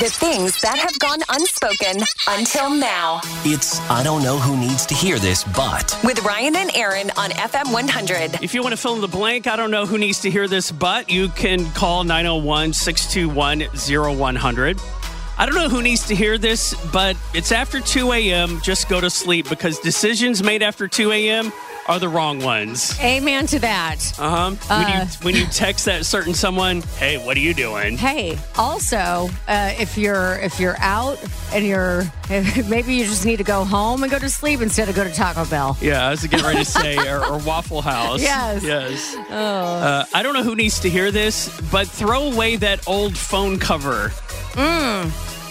The things that have gone unspoken until now It's I don't know who needs to hear this, but with Ryan and Aaron on FM 100. If you want to fill in the blank, I don't know who needs to hear this, but you can call 901 621 0100. I don't know who needs to hear this, but it's after 2 a.m. Just go to sleep because decisions made after 2 a.m. are the wrong ones. Amen to that. Uh-huh. when, you, when you text that certain someone, hey, what are you doing? Uh. Hey, also, uh, if you're if you're out and you're maybe you just need to go home and go to sleep instead of go to Taco Bell. Yeah, I was getting ready to say, or, or Waffle House. Yes. Oh. Yes. Uh, I don't know who needs to hear this, but throw away that old phone cover.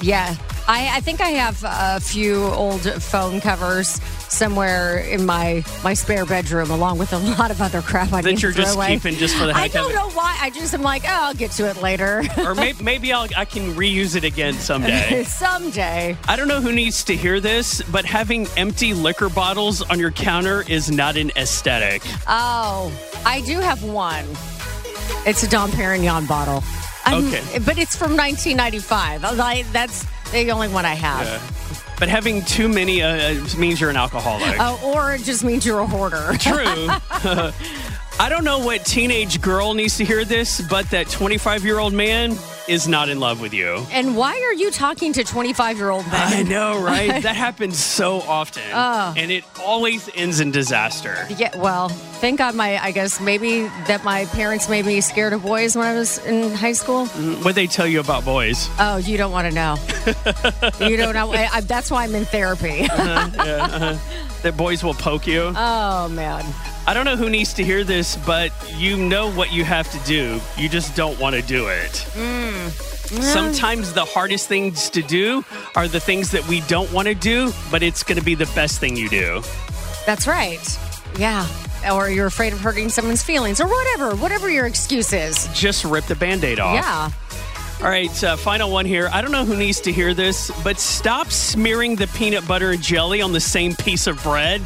Yeah. I, I think I have a few old phone covers somewhere in my my spare bedroom, along with a lot of other crap I That need to you're throw just away. keeping just for the I heck of don't it. know why. I just am like, oh, I'll get to it later Or may, maybe I'll, I can reuse it again someday. someday. I don't know who needs to hear this, but having empty liquor bottles on your counter is not an aesthetic. Oh, I do have one. It's a Dom Perignon bottle. I'm- Okay. But it's from 1995. I was like, that's the only one I have. But having too many uh, means you're an alcoholic. Uh, or it just means you're a hoarder. True. I don't know what teenage girl needs to hear this, but that 25 year old man is not in love with you. And why are you talking to 25 year old I men? know, right? that happens so often. and it always ends in disaster. Yeah, well, thank God my, I guess maybe that my parents made me scared of boys when I was in high school. What they tell you about boys. Oh, you don't want to know. you don't know. I, I, that's why I'm in therapy. That boys will poke you. oh, man. I don't know who needs to hear this, but you know what you have to do. You just don't want to do it. Sometimes the hardest things to do are the things that we don't want to do, but it's going to be the best thing you do. That's right. Yeah. Or you're afraid of hurting someone's feelings or whatever, whatever your excuse is. Just rip the band aid off. Yeah. All right, uh, final one here. I don't know who needs to hear this, but stop smearing the peanut butter and jelly on the same piece of bread.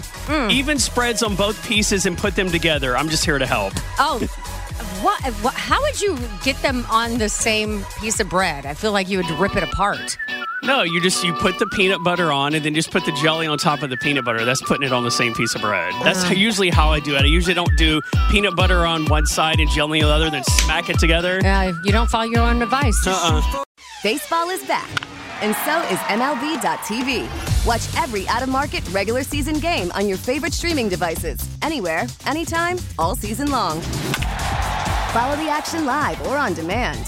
Even spreads on both pieces and put them together. I'm just here to help. Oh, what, what? How would you get them on the same piece of bread? I feel like you would rip it apart. No, you just you put the peanut butter on and then just put the jelly on top of the peanut butter. That's putting it on the same piece of bread. That's how, usually how I do it. I usually don't do peanut butter on one side and jelly on the other, then smack it together. Uh, you don't follow your own advice. Baseball is back, and so is MLB.tv. Watch every out of market regular season game on your favorite streaming devices, anywhere, anytime, all season long. Follow the action live or on demand.